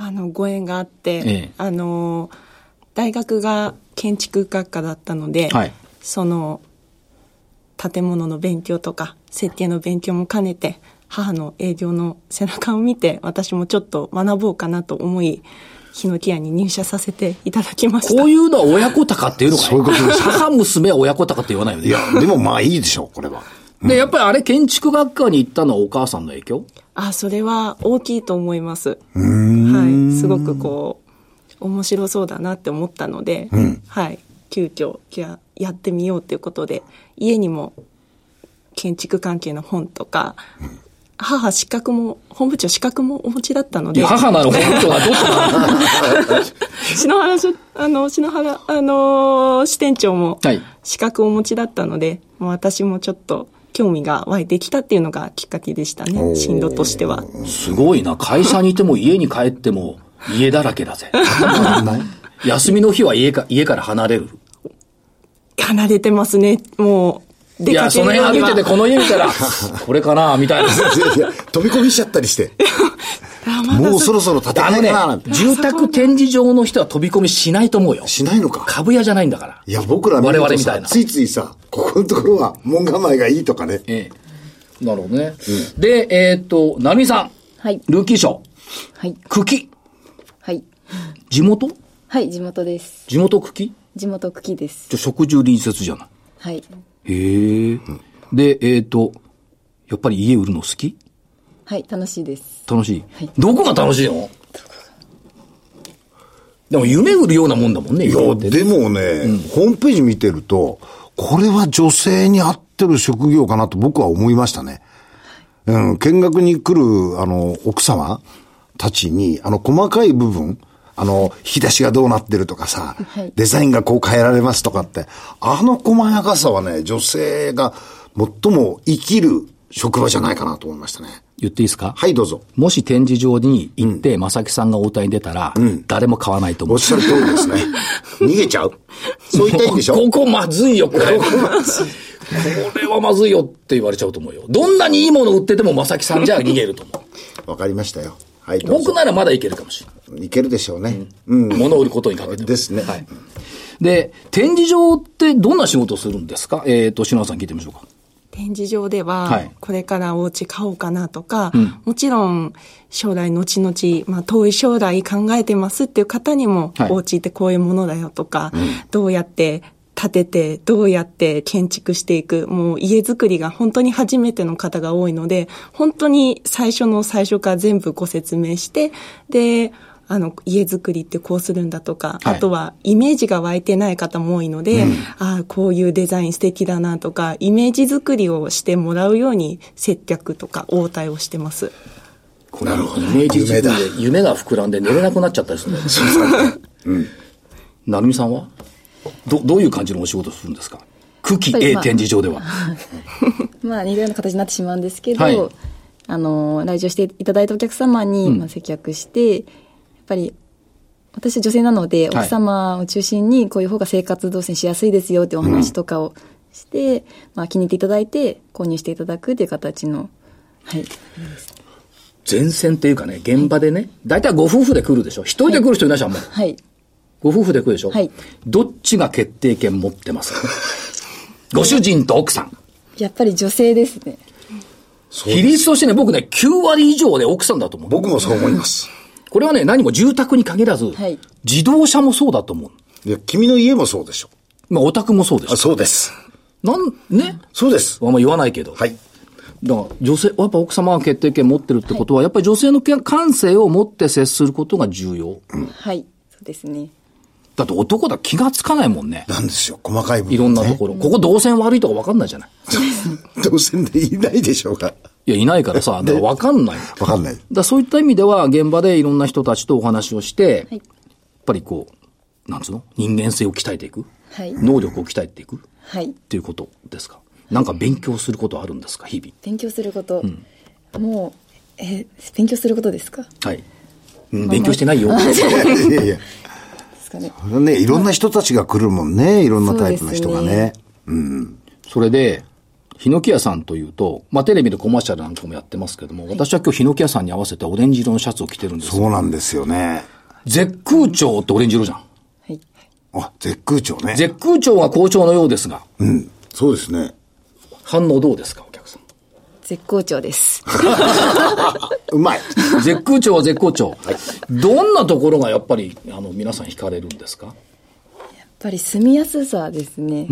[SPEAKER 5] あのご縁があって、
[SPEAKER 1] ええ
[SPEAKER 5] あの大学が建築学科だったので、
[SPEAKER 1] はい
[SPEAKER 5] その建物の勉強とか設計の勉強も兼ねて母の営業の背中を見て私もちょっと学ぼうかなと思いヒノキ屋に入社させていただきました
[SPEAKER 1] こういうのは親子鷹っていうのかい
[SPEAKER 3] そういうことです
[SPEAKER 1] 母娘親子鷹って言わないよね。
[SPEAKER 3] いや、でもまあいいでしょう、これは。
[SPEAKER 1] で、やっぱりあれ建築学科に行ったのはお母さんの影響
[SPEAKER 5] あそれは大きいと思います、はい、すごくこう面白そうだなって思ったので、はい、急遽じゃあやってみようということで家にも建築関係の本とか、母資格も本部長資格もお持ちだったの
[SPEAKER 1] い
[SPEAKER 5] で
[SPEAKER 1] や母なの本当はどっちなの
[SPEAKER 5] 篠原しあの篠原、あのー支店長も
[SPEAKER 1] はい
[SPEAKER 5] 資格をお持ちだったので、もう私もちょっと興味が湧いてきたっていうのがきっかけでしたね。進路としては。
[SPEAKER 1] すごいな。会社にいても家に帰っても家だらけだ ぜ。
[SPEAKER 3] なんない
[SPEAKER 1] 休みの日は家か家から離れる。
[SPEAKER 5] 離れてますね。もう、
[SPEAKER 1] い
[SPEAKER 5] 出
[SPEAKER 1] や、
[SPEAKER 5] かけ
[SPEAKER 1] その
[SPEAKER 5] るよう
[SPEAKER 1] 辺
[SPEAKER 5] に
[SPEAKER 1] 歩い
[SPEAKER 5] は
[SPEAKER 1] ててこの家見たら、これかな、み たいな。
[SPEAKER 3] いや飛び込みしちゃったりして。
[SPEAKER 5] あまだ
[SPEAKER 3] もうそろそろ建て
[SPEAKER 1] あ
[SPEAKER 3] な
[SPEAKER 1] の
[SPEAKER 3] い
[SPEAKER 1] ね
[SPEAKER 3] かななん、て。
[SPEAKER 1] 住宅展示場の人は飛び込みしないと思うよ。
[SPEAKER 3] しないのか。
[SPEAKER 1] 株屋じゃないんだから。
[SPEAKER 3] いや、僕ら見ると
[SPEAKER 1] 我々みたいな
[SPEAKER 3] さついついさ、ここのところは門構えがいいとかね。
[SPEAKER 1] ええ。なるほどね。で、えーっと、成美さん。
[SPEAKER 4] はい。
[SPEAKER 1] ルーキー賞。
[SPEAKER 4] はい。
[SPEAKER 1] 茎。
[SPEAKER 4] はい。
[SPEAKER 1] 地元
[SPEAKER 4] はい、地元です。
[SPEAKER 1] 地元茎
[SPEAKER 4] 地元茎です。
[SPEAKER 1] じゃ、食住隣接じゃない。
[SPEAKER 4] はい。
[SPEAKER 1] へえ。で、えーっと、やっぱり家売るの好き
[SPEAKER 4] はい、楽しいです。
[SPEAKER 1] 楽しい。どこが楽しいのでも夢売るようなもんだもんね、
[SPEAKER 3] い
[SPEAKER 1] 今
[SPEAKER 3] や、
[SPEAKER 1] って
[SPEAKER 3] でもね、ホームページ見てると、これは女性に合ってる職業かなと僕は思いましたね。うん、見学に来る、あの、奥様たちに、あの、細かい部分、あの、引き出しがどうなってるとかさ、
[SPEAKER 4] はい
[SPEAKER 3] デザインがこう変えられますとかって、あの細やかさはね、女性が最も生きる職場じゃないかなと思いましたね。
[SPEAKER 1] 言っていいですか
[SPEAKER 3] はい、どうぞ。
[SPEAKER 1] もし展示場に行って、正木さんが応対に出たら、誰も買わないと思
[SPEAKER 3] お
[SPEAKER 1] う
[SPEAKER 3] っ。しゃる通りです ね。逃げちゃうそう言いたいんでしょ
[SPEAKER 1] ここまずいよ、これ。これはまずいよって言われちゃうと思うよ。どんなにいいもの売ってても正木さんじゃ逃げる と思
[SPEAKER 3] わかりましたよ。はい、
[SPEAKER 1] う。
[SPEAKER 3] どう
[SPEAKER 1] 僕
[SPEAKER 3] ぞ。
[SPEAKER 1] ならまだいけるかもしれない。
[SPEAKER 3] いけるでしょうね。うん。
[SPEAKER 1] 物を売ることにかけても。
[SPEAKER 3] ですね。
[SPEAKER 1] はい。で、展示場ってどんな仕事をするんですかえっ、と、篠原さん聞いてみましょうか。
[SPEAKER 5] 展示場で
[SPEAKER 1] は、
[SPEAKER 5] はいこれからお家買おうかなとか、
[SPEAKER 1] ん
[SPEAKER 5] もちろん将来後々、まあ遠い将来考えてますっていう方にも、
[SPEAKER 1] はい
[SPEAKER 5] お家ってこういうものだよとか、どうやって建てて、どうやって建築していく、もう家づくりが本当に初めての方が多いので、本当に最初の最初から全部ご説明して、で、あの、家づくりってこうするんだとか、
[SPEAKER 1] はい
[SPEAKER 5] あとはイメージが湧いてない方も多いので、ああ、こういうデザイン素敵だなとか、イメージ作りをしてもらうように接客とか応対をしてます。
[SPEAKER 1] これ、イメージ作りで夢が膨らんで寝れなくなっちゃったりするんだよ ね。なるみさんはど、どういう感じのお仕事をするんですか茎
[SPEAKER 4] はい
[SPEAKER 1] A
[SPEAKER 4] まあ
[SPEAKER 1] 展示場では。
[SPEAKER 4] まあ、似たような形になってしまうんですけど、
[SPEAKER 1] はい
[SPEAKER 4] あの、来場していただいたお客様に、まあ、接客して、やっぱり、私は女性なので、
[SPEAKER 1] はい
[SPEAKER 4] 奥様を中心に、こういう方が生活動線しやすいですよってお話とかをして、まあ、気に入っていただいて、購入していただくっていう形の、はい。
[SPEAKER 1] 前線っていうかね、現場でね、大体ご夫婦で来るでしょ一人で来る人いないじゃん、もう。
[SPEAKER 4] はい。
[SPEAKER 1] ご夫婦で来るでしょ
[SPEAKER 4] はい
[SPEAKER 1] どっちが決定権持ってますかご主人と奥さん。
[SPEAKER 4] やっぱり女性ですね。
[SPEAKER 1] 比率としてね、僕ね、9割以上で奥さんだと思う。
[SPEAKER 3] 僕もそう思います。
[SPEAKER 1] これはね、何も住宅に限らず、
[SPEAKER 4] はい
[SPEAKER 1] 自動車もそうだと思う。
[SPEAKER 3] いや、君の家もそうでしょ。
[SPEAKER 1] まあ、オタクもそうでしょ。
[SPEAKER 3] そうです。
[SPEAKER 1] なん、ね
[SPEAKER 3] そうです。
[SPEAKER 1] あんま言わないけど。
[SPEAKER 3] はい。
[SPEAKER 1] だから女性、やっぱ奥様が決定権持ってるってことは、やっぱり女性の権感性を持って接することが重要。
[SPEAKER 4] はい。そうですね。
[SPEAKER 1] だって男だ気がつかないもんね。
[SPEAKER 3] なんですよ、細かい部分、ね。
[SPEAKER 1] いろんなところ。ここ動線悪いとか分かんないじゃない。
[SPEAKER 3] ろ。当然でいないでしょうか。
[SPEAKER 1] いや、いないからさ、だから分かんない。だか
[SPEAKER 3] わかんない。
[SPEAKER 1] らそういった意味では、現場でいろんな人たちとお話をして、
[SPEAKER 4] はい
[SPEAKER 1] やっぱりこう、なんつうの人間性を鍛えていく。
[SPEAKER 4] はい。
[SPEAKER 1] 能力を鍛えていく。っ
[SPEAKER 4] はい。
[SPEAKER 1] ていうことですか。なんか勉強することあるんですか、日々。
[SPEAKER 4] 勉強すること。もう、え、勉強することですかで
[SPEAKER 1] はい。うん勉強してないよ。
[SPEAKER 3] いやいや。
[SPEAKER 4] すかね。
[SPEAKER 3] これね、いろんな人たちが来るもんね。いろんなタイプの人がね。
[SPEAKER 1] それで、ヒノキ屋さんというと、まあ、テレビでコマーシャルなんかもやってますけども、私は今日ヒノキ屋さんに合わせてオレンジ色のシャツを着てるんです
[SPEAKER 3] そう
[SPEAKER 1] よ。
[SPEAKER 3] なんですよね。
[SPEAKER 1] 絶空調ってオレンジ色じゃん。
[SPEAKER 4] はい。
[SPEAKER 3] あ、絶空調ね。
[SPEAKER 1] 絶空調は好調のようですが、
[SPEAKER 3] うん。そうですね。
[SPEAKER 1] 反応どうですか、お客さん。
[SPEAKER 4] 絶好調です。
[SPEAKER 3] うま い。
[SPEAKER 1] 絶空調は絶好調。どんなところがやっぱり、あの、皆さん惹かれるんですか
[SPEAKER 4] やっぱり住みやすさですね、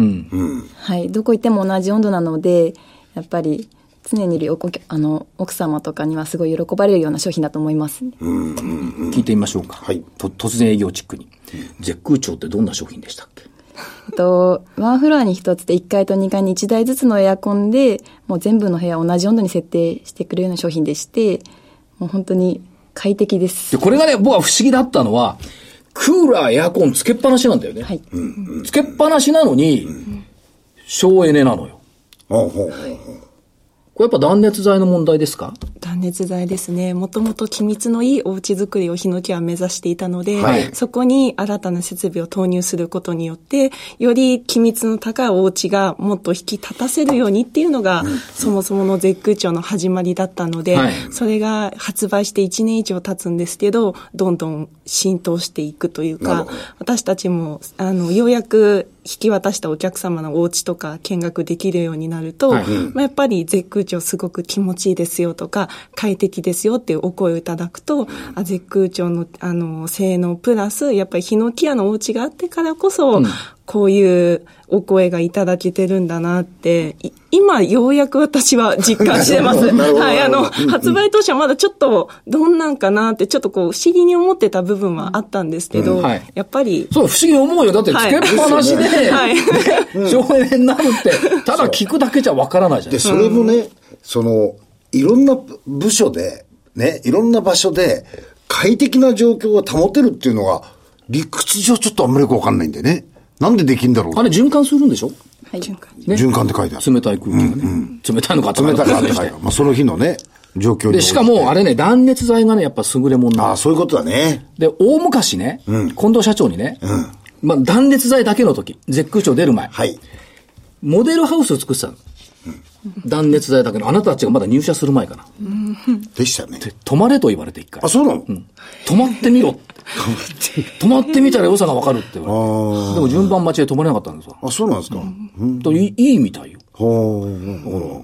[SPEAKER 4] はい、どこ行っても同じ温度なのでやっぱり常にいるおこあの奥様とかにはすごい喜ばれるような商品だと思いますね、
[SPEAKER 1] 聞いてみましょうか。
[SPEAKER 3] はい
[SPEAKER 1] と突然営業チックに。絶空調ってどんな商品でしたっけ
[SPEAKER 4] あとワンフロアに1つで1階と2階に1台ずつのエアコンでもう全部の部屋を同じ温度に設定してくれるような商品でしてもう本当に快適で
[SPEAKER 1] ですこれがね、僕は不思議だったのは、クーラー、エアコンつけっぱなしなんだよね。
[SPEAKER 4] はい、
[SPEAKER 1] つけっぱなしなのに、省エネなのよ。
[SPEAKER 3] ほうほうほうほう
[SPEAKER 1] これやっぱ断熱材の問題ですか
[SPEAKER 5] 断熱材ですね。もともと気密のいいお家づくりをヒノキは目指していたので、
[SPEAKER 3] はい
[SPEAKER 5] そこに新たな設備を投入することによって、より気密の高いお家がもっと引き立たせるようにっていうのが、そもそもの絶空調の始まりだったので、
[SPEAKER 1] はい
[SPEAKER 5] それが発売して1年以上経つんですけど、どんどん浸透していくという
[SPEAKER 3] なるほ
[SPEAKER 5] か
[SPEAKER 3] ど、
[SPEAKER 5] 私たちも、あの、ようやく引き渡したお客様のお家とか見学できるようになると、
[SPEAKER 1] はい
[SPEAKER 5] まあ、やっぱり絶空調すごく気持ちいいですよとか、快適ですよっていうお声をいただくと、あ絶空調の、あの、性能プラス、やっぱりヒノキ屋のお家があってからこそ、こういうお声がいただけてるんだなって、い今ようやく私は実感してま す。
[SPEAKER 3] なるほど
[SPEAKER 5] はい、あの、
[SPEAKER 3] なるほどうんうん
[SPEAKER 5] 発売当初はまだちょっとどんなんかなって、ちょっとこう不思議に思ってた部分はあったんですけど、
[SPEAKER 1] うんはい
[SPEAKER 5] やっぱり、
[SPEAKER 1] そう、不思議に思うよ。だって、つ
[SPEAKER 5] はい
[SPEAKER 1] けっぱなしで、
[SPEAKER 5] はい
[SPEAKER 1] ね 省エネになるって、ただ聞くだけじゃわからないじゃない
[SPEAKER 3] で、それもね、その、いろんな部署で、ね、いろんな場所で、快適な状況を保てるっていうのが、理屈上ちょっとあんまりよくわかんないんでね。なんでできんだろう
[SPEAKER 1] あれ循環するんでしょ
[SPEAKER 4] はい、
[SPEAKER 1] ね
[SPEAKER 3] 循環って書いてある。
[SPEAKER 1] 冷たい空気がね。冷たいのか
[SPEAKER 3] 冷たい
[SPEAKER 1] の
[SPEAKER 3] なって書いてある。まあ、その日のね、状況に応じて。
[SPEAKER 1] で、しかも、あれね、断熱材がね、やっぱ優れもんな
[SPEAKER 3] あ
[SPEAKER 1] の
[SPEAKER 3] あ、そういうことだね。
[SPEAKER 1] で、大昔ね、近藤社長にね、まあ、断熱材だけの時、絶空調出る前、
[SPEAKER 3] はい。
[SPEAKER 1] モデルハウスを作ってたの。断熱材だけど、あなたたちがまだ入社する前かな。
[SPEAKER 3] でしたよね。
[SPEAKER 1] 泊まれと言われて一回
[SPEAKER 3] あ、。そうなの、
[SPEAKER 1] 泊まってみろって。泊まってみたら良さがわかるって言われて。でも順番待ちで泊まれなかったんですよ。
[SPEAKER 3] あ、そうなんですか。
[SPEAKER 1] といいいいみたいよ。
[SPEAKER 3] ほう、ほら。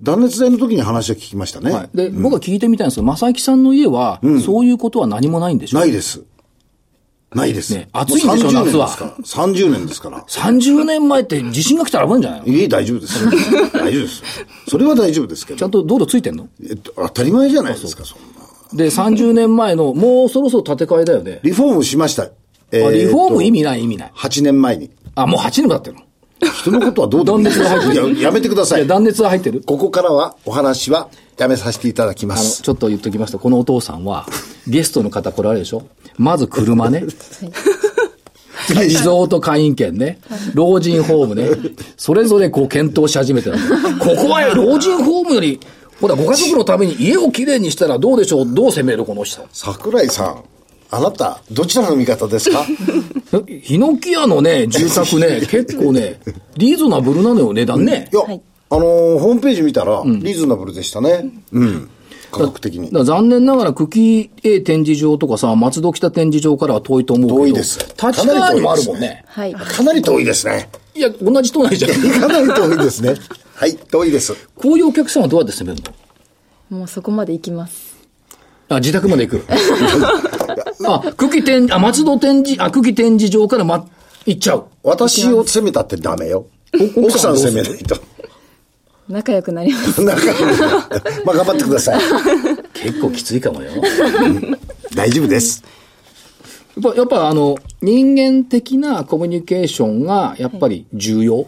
[SPEAKER 3] 断熱材の時に話は聞きましたね。
[SPEAKER 1] はい、で、僕は聞いてみたいんですけど、正行さんの家は、そういうことは何もないんでしょ
[SPEAKER 3] ないです。ないです。
[SPEAKER 1] ね暑いんでしょ
[SPEAKER 3] もう30
[SPEAKER 1] 夏は
[SPEAKER 3] 年ですから。30年ですから。
[SPEAKER 1] 30年前って地震が来たら危ないんじゃないの
[SPEAKER 3] いえ、大丈夫です。大丈夫です。それは大丈夫ですけ
[SPEAKER 1] ちゃ
[SPEAKER 3] ど
[SPEAKER 1] ん。と道路ついてんの
[SPEAKER 3] えっと、当たり前じゃないですか、そんな。
[SPEAKER 1] で、30年前の、もうそろそろ建て替えだよね。
[SPEAKER 3] リフォームしました。え
[SPEAKER 1] あリフォーム意味
[SPEAKER 3] い。
[SPEAKER 1] ない意味ない。
[SPEAKER 3] 8年前に。
[SPEAKER 1] あ、もう8年も経ってるの。
[SPEAKER 3] 人のことはどうでもいいです
[SPEAKER 1] 断熱が入ってる
[SPEAKER 3] ややめてくださ
[SPEAKER 1] いや、
[SPEAKER 3] い。
[SPEAKER 1] 断熱は入ってる。
[SPEAKER 3] ここからはお話はやめさせていただきま
[SPEAKER 1] あの、
[SPEAKER 3] す。
[SPEAKER 1] ちょっと言っときますと、このお父さんは、ゲストの方来られるでしょまず車ね。次、リゾート会員権ね。老人ホームね。それぞれこう検討し始めてる。ここはよ老人ホームより、ほら、ご家族のために家をきれいにしたらどうでしょうどう攻めるこの人。
[SPEAKER 3] 桜井さん、あなた、どちらの味方ですか
[SPEAKER 1] えヒノキ屋のね、住宅ね、結構ね、リーズナブルなのよ、値段ね
[SPEAKER 3] い。や、あのーホームページ見たら、リーズナブルでしたね。うん。価格的に
[SPEAKER 1] だか。ら残念ながら、久喜 A 展示場とかさ、松戸北展示場からは遠いと思うけど。
[SPEAKER 3] 遠いです。
[SPEAKER 1] 立川にもあるもんね。
[SPEAKER 4] はい
[SPEAKER 3] かなり遠いですね。
[SPEAKER 1] いや、同じ都内じゃん。
[SPEAKER 3] かなり遠いですね。はい、遠いです。
[SPEAKER 1] こういうお客さんはどうやって攻める
[SPEAKER 4] もうそこまで行きます
[SPEAKER 1] のあ、自宅まで行 く。あ、久喜展、あ、松戸展示、あ、久喜展示場からま、行っちゃう。
[SPEAKER 3] 私を責めたってダメよ。
[SPEAKER 1] お
[SPEAKER 3] 奥
[SPEAKER 1] 奥
[SPEAKER 3] さ
[SPEAKER 1] さ
[SPEAKER 3] ん
[SPEAKER 1] ん
[SPEAKER 3] を
[SPEAKER 1] どうす
[SPEAKER 3] 責
[SPEAKER 1] る
[SPEAKER 3] めないと。
[SPEAKER 4] 仲良くなります
[SPEAKER 3] なんか、まあ頑張ってください。
[SPEAKER 1] 結構きついかもよ。やっ
[SPEAKER 3] 大丈夫です。
[SPEAKER 1] ぱ、やっぱあの、人間的なコミュニケーションが、やっぱり重要。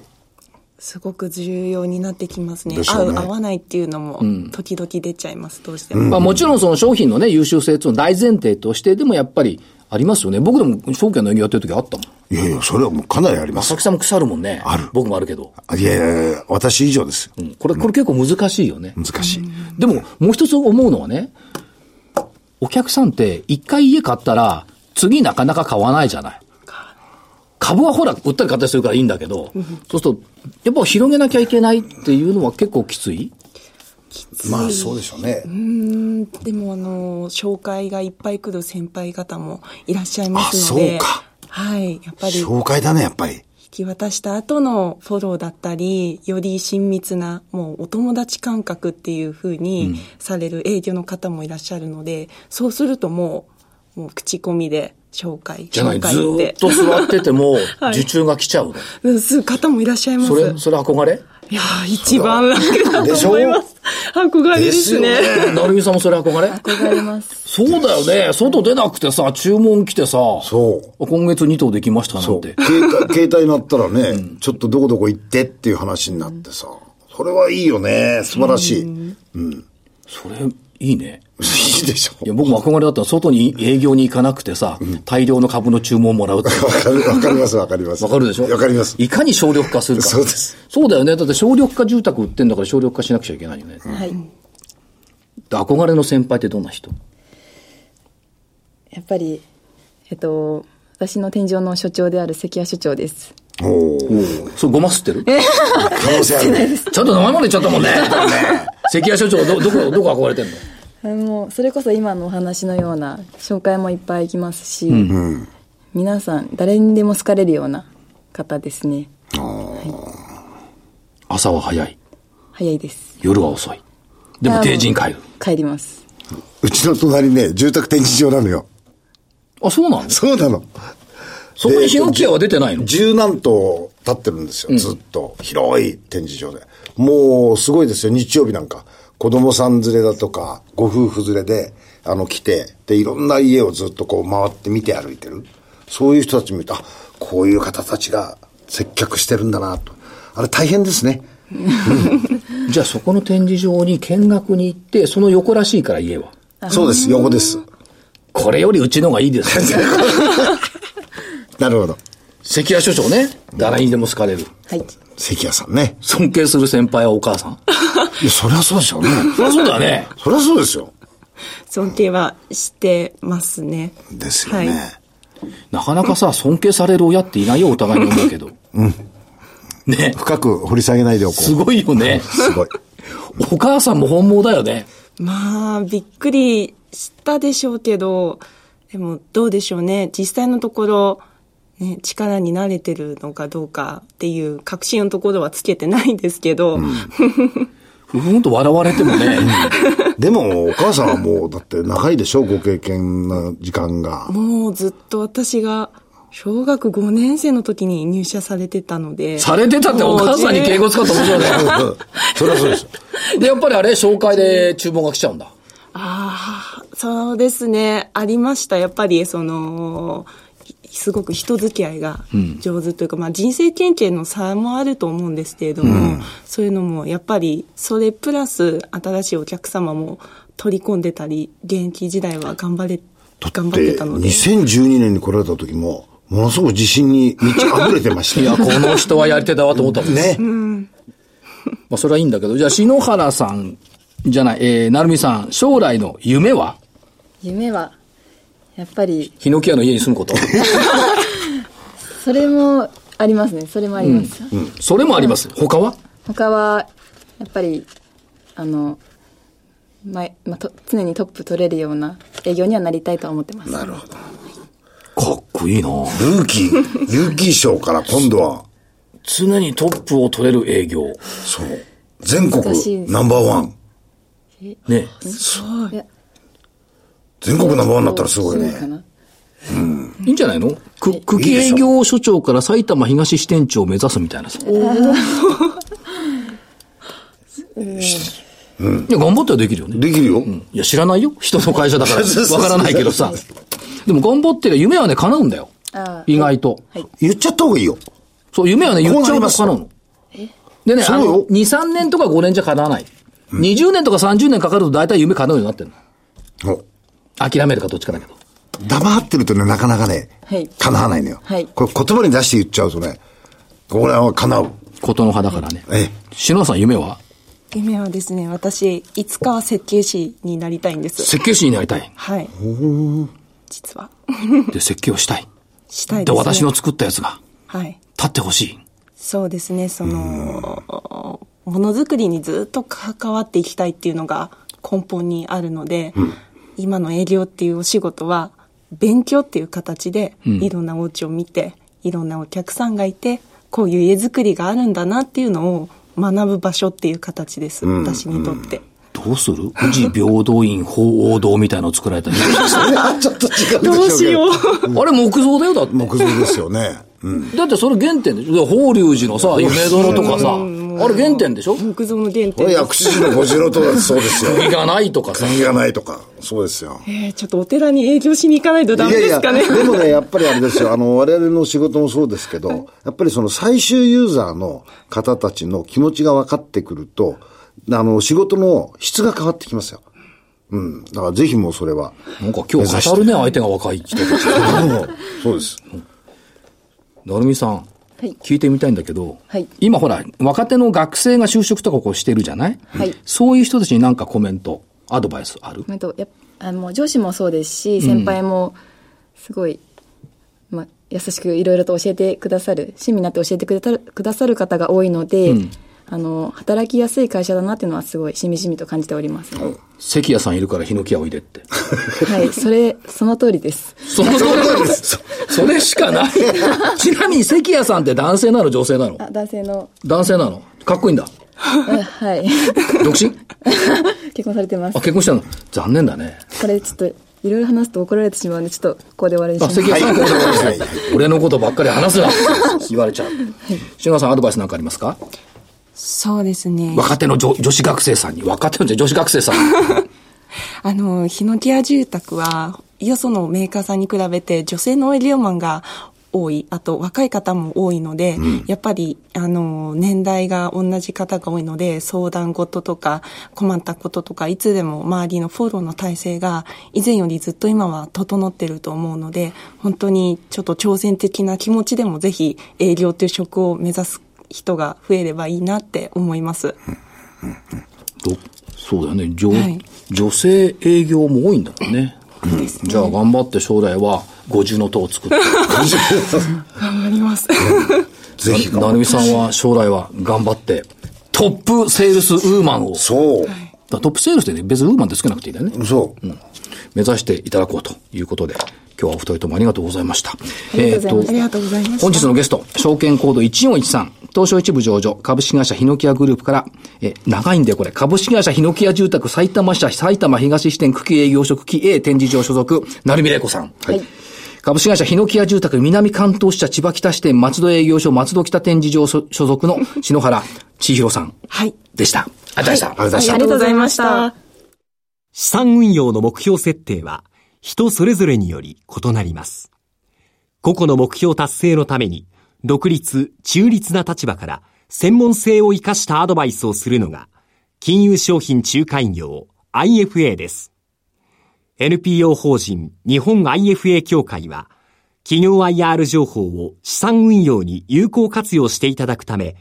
[SPEAKER 5] すごく重要になってきますね。
[SPEAKER 3] でしょ
[SPEAKER 5] 合
[SPEAKER 3] う
[SPEAKER 5] う
[SPEAKER 3] ね
[SPEAKER 5] 合わないっていうのも、時々出ちゃいます、どうしても。
[SPEAKER 1] まあもちろんその商品のね、優秀性っていうの大前提として、でもやっぱりありますよね。僕でも証券の営業やってる時あったもん。
[SPEAKER 3] いやいや、それはもうかなりあります
[SPEAKER 1] 佐。々木さんも腐るもんね。
[SPEAKER 3] ある
[SPEAKER 1] 僕もあるけど。
[SPEAKER 3] いやいやいや、私以上です。
[SPEAKER 1] うんこれ、これ結構難しいよね。
[SPEAKER 3] 難しい。
[SPEAKER 1] でも、もう一つ思うのはね、お客さんって一回家買ったら、次なかなか買わないじゃない。株はほら、売ったり買ったりするからいいんだけど、そうすると、やっぱ広げなきゃいけないっていうのは結構きつい
[SPEAKER 3] まあそうでしょうね。
[SPEAKER 5] うんでもあの紹介がいっぱい来る先輩方もいらっしゃいますの
[SPEAKER 3] あそう
[SPEAKER 5] で
[SPEAKER 3] か
[SPEAKER 5] はいやっぱり引
[SPEAKER 3] 紹介だね、やっぱり。
[SPEAKER 5] き渡した後のフォローだったりより親密なもうお友達感覚っていう風にされる営業の方もいらっしゃるので、そうするともうもう口コミで紹介
[SPEAKER 1] じゃない。
[SPEAKER 5] 紹
[SPEAKER 1] ず
[SPEAKER 5] 介
[SPEAKER 1] ーっと座ってて も、
[SPEAKER 5] はい
[SPEAKER 1] 受注が来ちゃうの。
[SPEAKER 5] うんする方もいらっしゃいます
[SPEAKER 1] それ、それ憧れ
[SPEAKER 5] いやー一番楽だ
[SPEAKER 3] でし
[SPEAKER 5] と
[SPEAKER 3] ょ
[SPEAKER 5] 思います憧れですね
[SPEAKER 1] なるみさんもそれ憧れ
[SPEAKER 4] 憧れます
[SPEAKER 1] そうだよね。外出なくてさ、注文来てさ、
[SPEAKER 3] そう。
[SPEAKER 1] 今月2頭できましたなん
[SPEAKER 3] そう。
[SPEAKER 1] て。
[SPEAKER 3] 携帯、携帯鳴ったらね、ちょっとどこどこ行ってっていう話になってさ。それはいいよね。素晴らしい。
[SPEAKER 1] それ、いいね。
[SPEAKER 3] いいでしょ
[SPEAKER 1] いや、僕も憧れだったのは、外に営業に行かなくてさ、大量の株の注文をも らうっていう。
[SPEAKER 3] わかる、わかります、わかります。
[SPEAKER 1] わかるでしょ
[SPEAKER 3] わかります。
[SPEAKER 1] いかに省力化するか。
[SPEAKER 3] そうです。
[SPEAKER 1] そうだよね。だって省力化住宅売ってんだから省力化しなくちゃいけないよね。
[SPEAKER 4] はい。
[SPEAKER 1] で憧れの先輩ってどんな人
[SPEAKER 4] やっぱり、えっと、私の天井の所長である関谷所長です。
[SPEAKER 3] おー
[SPEAKER 1] それごま吸ってる
[SPEAKER 3] 可能性あるね。
[SPEAKER 1] ちょっと名前まで言っちゃったも んね。関谷所長、ど、ど こ、どこ憧れてんの
[SPEAKER 4] あもう、それこそ今のお話のような紹介もいっぱい行きますし、皆さん、誰にでも好かれるような方ですね。
[SPEAKER 1] 朝は早い。
[SPEAKER 4] 早いです。
[SPEAKER 1] 夜は遅い。でも定時に帰る。
[SPEAKER 4] 帰ります。
[SPEAKER 3] うちの隣ね、住宅展示場なのよ。
[SPEAKER 1] あ、そうなの
[SPEAKER 3] そうなの。
[SPEAKER 1] そこにヒノキ屋は出てないの
[SPEAKER 3] 十何棟立ってるんですよ、ずっと。広い展示場で。もう、すごいですよ、日曜日なんか。子供さん連れだとか、ご夫婦連れで、あの、来て、で、いろんな家をずっとこう回って見て歩いてる。そういう人たち見ると、あ、こういう方たちが接客してるんだなと。あれ大変ですね。
[SPEAKER 1] じゃあそこの展示場に見学に行って、その横らしいから家は。
[SPEAKER 3] そうです、横です。
[SPEAKER 1] これよりうちの方がいいです。
[SPEAKER 3] なるほど。
[SPEAKER 1] 関谷所長ね。誰にでも好かれる。
[SPEAKER 4] はい。
[SPEAKER 3] 関谷さんね。
[SPEAKER 1] 尊敬する先輩はお母さん。
[SPEAKER 3] いや、そりゃそうですよね。
[SPEAKER 1] そりゃそうだよね。
[SPEAKER 3] そりゃそうですよ。
[SPEAKER 5] 尊敬はしてますね。
[SPEAKER 3] ですよね。
[SPEAKER 5] はい
[SPEAKER 1] なかなかさ、尊敬される親っていないよ、お互いに思うけど。ね。
[SPEAKER 3] 深く掘り下げないでおこう。
[SPEAKER 1] すごいよね。
[SPEAKER 3] すごい。
[SPEAKER 1] お母さんも本望だよね。
[SPEAKER 5] まあ、びっくりしたでしょうけど、でもどうでしょうね。実際のところ、ね、力に慣れてるのかどうかっていう確信のところはつけてないんですけど、
[SPEAKER 1] ふふんと笑われてもね。
[SPEAKER 3] でも、お母さんはもう、だって長いでしょご経験な時間が。
[SPEAKER 5] もうずっと私が小学5年生の時に入社されてたので。
[SPEAKER 1] されてたってお母さんに敬語
[SPEAKER 5] もう
[SPEAKER 1] 使ったら面白いね。
[SPEAKER 3] そりゃそうですよ。
[SPEAKER 1] で、やっぱりあれ、紹介で注文が来ちゃうんだ。
[SPEAKER 5] ああ、そうですね。ありました。やっぱり、その、すごく人付き合いが上手というか、まあ人生経験の差もあると思うんですけれども、そういうのもやっぱり、それプラス新しいお客様も取り込んでたり、現役時代は頑張れ、頑張って
[SPEAKER 3] で、
[SPEAKER 5] たので。
[SPEAKER 3] 2012年に来られた時も、ものすごく自信に満ち溢れてました
[SPEAKER 1] いや、
[SPEAKER 3] よ。
[SPEAKER 1] この人はやり手だわと思ったもん。
[SPEAKER 3] ね。
[SPEAKER 1] まあ、それはいいんだけど、じゃあ、篠原さんじゃない、えー、なるみさん、将来の夢は
[SPEAKER 4] 夢は、やっぱり、
[SPEAKER 1] ヒノキ屋の家に住むこと。
[SPEAKER 4] それもありますね。それもあります。
[SPEAKER 1] それもあります。他は
[SPEAKER 4] 他はやっぱりあの、ままと常にトップ取れるような営業にはなりたいとは思ってます
[SPEAKER 3] なるほど。
[SPEAKER 1] かっこいいな
[SPEAKER 3] ルーキー、ルーキー賞から今度は、
[SPEAKER 1] 常にトップを取れる営業。
[SPEAKER 3] そう、全国
[SPEAKER 4] 難しいです
[SPEAKER 3] ナンバーワン。
[SPEAKER 1] ね。
[SPEAKER 3] 全国ナンバーワンになったらすごい
[SPEAKER 4] そう
[SPEAKER 3] ね。
[SPEAKER 4] かない
[SPEAKER 1] いんじゃないのく、久喜営業所長から埼玉東支店長を目指すみたいなさ。いや、頑張ったらできるよね。
[SPEAKER 3] できるよ。
[SPEAKER 1] いや、知らないよ。人の会社だから。
[SPEAKER 3] そうそうそう
[SPEAKER 1] わからないけどさ。でも頑張ってりゃ夢はね、叶うんだよ
[SPEAKER 4] あ。ー
[SPEAKER 1] 意外と。
[SPEAKER 3] 言っちゃった方がいいよ。
[SPEAKER 1] そう、夢はね、言っちゃうと叶うの。でね、
[SPEAKER 3] そ
[SPEAKER 1] あ
[SPEAKER 3] うよ
[SPEAKER 1] の、2、3年とか5年じゃ叶わない。20年とか30年かかると大体夢叶うようになってるの。
[SPEAKER 3] ほ
[SPEAKER 1] 諦めるかどっちかだけど。
[SPEAKER 3] 黙ってるとね、なかなかね
[SPEAKER 4] はい、
[SPEAKER 3] 叶わないのよ。
[SPEAKER 4] はい
[SPEAKER 3] これ言葉に出して言っちゃうとね、これは叶う。
[SPEAKER 1] ことの葉だからね。
[SPEAKER 3] ええ。
[SPEAKER 1] 篠田さん夢は
[SPEAKER 5] 夢はですね、私、いつかは設計士になりたいんです。
[SPEAKER 1] 設計士になりた い。
[SPEAKER 5] はい。実は。
[SPEAKER 1] で、設計をしたい。
[SPEAKER 5] したい
[SPEAKER 1] で、
[SPEAKER 5] ですね。
[SPEAKER 1] 私の作ったやつが
[SPEAKER 5] はい。
[SPEAKER 1] 立ってほしい。
[SPEAKER 5] そうですね、その、ものづくりにずっと関わっていきたいっていうのが根本にあるので、今の営業っていうお仕事は、勉強っていう形で、いろんなお家を見て、いろんなお客さんがいて、こういう家づくりがあるんだなっていうのを学ぶ場所っていう形です、私にとって。
[SPEAKER 1] どうする富士平等院鳳凰堂みたいのを作られ たり。
[SPEAKER 3] それはちょっと違うでしょ
[SPEAKER 5] どうしよう。
[SPEAKER 1] あれ木造だよ、だって。
[SPEAKER 3] 木造ですよ ね。うん。
[SPEAKER 1] だってそれ原点でしょ法隆寺のさ、夢殿とかさ、あれ原点でしょ
[SPEAKER 5] 木造の原
[SPEAKER 3] こ
[SPEAKER 5] 点
[SPEAKER 3] れ
[SPEAKER 5] で
[SPEAKER 3] 薬
[SPEAKER 5] す。
[SPEAKER 3] 師寺の五重塔だってそうですよ。
[SPEAKER 1] 意がないとかさ。
[SPEAKER 3] 国がないとか、そうですよ。
[SPEAKER 5] えーちょっとお寺に営業しに行かないとダメですかね。
[SPEAKER 3] でもね、やっぱりあれですよ、あの、我々の仕事もそうですけど、やっぱりその最終ユーザーの方たちの気持ちが分かってくると、あの、仕事の質が変わってきますよ。うん。だからぜひもうそれは。
[SPEAKER 1] なんか今日語るね、相手が若い人たち。
[SPEAKER 3] そうです。
[SPEAKER 1] なるみさん、
[SPEAKER 4] はい
[SPEAKER 1] 聞いてみたいんだけど、
[SPEAKER 4] はい
[SPEAKER 1] 今ほら、若手の学生が就職とかこうしてるじゃない、
[SPEAKER 4] はい
[SPEAKER 1] そういう人たちになんかコメント、アドバイスある
[SPEAKER 4] まあとやっぱあの上司もそうですし先輩もすごい、まあ、優しくいろいろと教えてくださる親身になって教えてくれたるくださる方が多いので、あの働きやすい会社だなっていうのはすごいしみじみと感じております、
[SPEAKER 1] 関谷さんいるからヒノキ屋おいで って。
[SPEAKER 4] はいそれその通りです
[SPEAKER 1] その通りです。それしかない。 ちなみに関谷さんって男性なの女性なの
[SPEAKER 4] あ男性の、
[SPEAKER 1] 男性なのかっこいいんだ。
[SPEAKER 4] うんはい
[SPEAKER 1] 独身
[SPEAKER 4] 結婚されてます
[SPEAKER 1] あ、結婚したの残念だね。
[SPEAKER 4] これちょっといろいろ話すと怒られてしまうんでちょっとここで終わりにし
[SPEAKER 1] あ、
[SPEAKER 4] ます
[SPEAKER 1] 関谷さん、
[SPEAKER 3] はい
[SPEAKER 1] 俺のことばっかり話すな。言われちゃう。篠川さん、アドバイスなんかありますか
[SPEAKER 5] そうですね。
[SPEAKER 1] 若手の女女子学生さんに。若手の女子学生さんに。
[SPEAKER 5] あの、ヒノキ屋住宅は、よそのメーカーさんに比べて女性の営業マンが多い、あと若い方も多いので、やっぱり、あの、年代が同じ方が多いので、相談事とか困ったこととか、いつでも周りのフォローの体制が以前よりずっと今は整ってると思うので、本当にちょっと挑戦的な気持ちでもぜひ営業という職を目指す人が増えればいいなって思います。
[SPEAKER 1] どそうだよね女、
[SPEAKER 5] はい
[SPEAKER 1] 女性営業も多いんだろうね。じゃあ頑張って将来は五重の塔を作って。
[SPEAKER 5] 頑張ります。
[SPEAKER 3] ぜひ。
[SPEAKER 1] なるみさんは将来は頑張って、トップセールスウーマンを。
[SPEAKER 3] そ
[SPEAKER 1] だトップセールスってね、別にウーマンってつけなくていいんだよね。
[SPEAKER 3] う。そう。
[SPEAKER 1] 目指していただこうということで、今日はお二人ともありがとうございました。
[SPEAKER 4] りがとうございました
[SPEAKER 5] ありがとうございました
[SPEAKER 1] 本日のゲスト、証券コード1413、東証一部上場、株式会社日野木屋グループから、え、長いんだよこれ、株式会社日野木屋住宅埼玉社埼玉東支店区域営業職期 A 展示場所属、成美玲子さん。
[SPEAKER 4] はい
[SPEAKER 1] 株式会社日野木屋住宅南関東支社千葉北支店松戸営業所松戸北展示場所所属の篠原千尋さん
[SPEAKER 5] はい。
[SPEAKER 1] でした。ありがとうございました。
[SPEAKER 3] ありがとうございました
[SPEAKER 5] ありがとうございました。
[SPEAKER 6] 資産運用の目標設定は人それぞれにより異なります。個々の目標達成のために独立、中立な立場から専門性を生かしたアドバイスをするのが金融商品仲介業 IFA です。NPO 法人日本 IFA 協会は企業 IR 情報を資産運用に有効活用していただくため、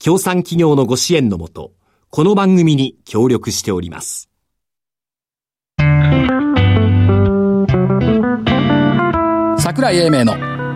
[SPEAKER 6] 協賛企業のご支援のもと、この番組に協力しております。
[SPEAKER 1] 桜井英明の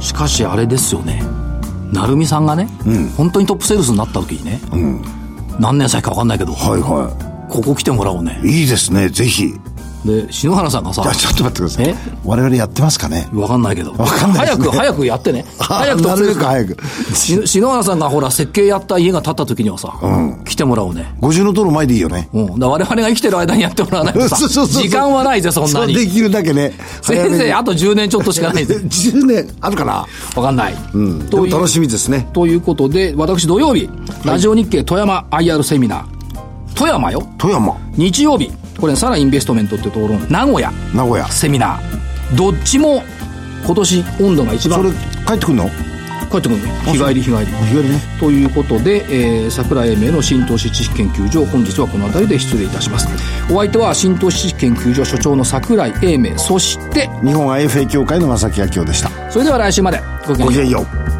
[SPEAKER 1] しかしあれですよね成美さんがね、本当にトップセールスになった時にね、何年歳か分かんないけど、
[SPEAKER 3] はいは
[SPEAKER 1] ここ来てもらおうね
[SPEAKER 3] い。いいですね。ぜひ。
[SPEAKER 1] で篠原さんがさ
[SPEAKER 3] じゃあちょっと待ってくださ
[SPEAKER 1] え
[SPEAKER 3] い。我々やってますかね
[SPEAKER 1] 分かんないけど
[SPEAKER 3] わかんないですね
[SPEAKER 1] 早く早くや ってね早くトッ
[SPEAKER 3] な
[SPEAKER 1] プセール
[SPEAKER 3] るべ
[SPEAKER 1] ス
[SPEAKER 3] く早く。
[SPEAKER 1] し篠原さんがほら設計やった家が建った時にはさ、来てもらおうね
[SPEAKER 3] 50の通る前でいいよね。
[SPEAKER 1] うん、だから我々が生きてる間にやってもらわないと さ時間はないぜそんなに
[SPEAKER 3] そうできるだけね。
[SPEAKER 1] 先生あ
[SPEAKER 3] と。
[SPEAKER 1] と10年ちょっとしか ないぜ
[SPEAKER 3] 10年あるかな
[SPEAKER 1] 分かんない、
[SPEAKER 3] うん。でも楽しみですね。
[SPEAKER 1] ということで私土曜日ラジオ日経富山 IR セミナー富山よ
[SPEAKER 3] 富山、
[SPEAKER 1] 日曜日これサラインベストメントってところの名古屋
[SPEAKER 3] 名古屋。
[SPEAKER 1] セミナーどっちも今年温度が一
[SPEAKER 3] それ
[SPEAKER 1] 番、
[SPEAKER 3] 帰ってくんの
[SPEAKER 1] 帰ってくるの日帰り日帰り
[SPEAKER 3] 日帰りね。
[SPEAKER 1] ということで、えー桜井英明の新投資知識研究所本日はこの辺りで失礼いたしますお相手は新投資知識研究所所長の桜井英明そして
[SPEAKER 3] 日本 IFA 協会の正木明夫でした。
[SPEAKER 1] それでは来週までごきげんよ
[SPEAKER 3] ご
[SPEAKER 1] う
[SPEAKER 3] きげんよう。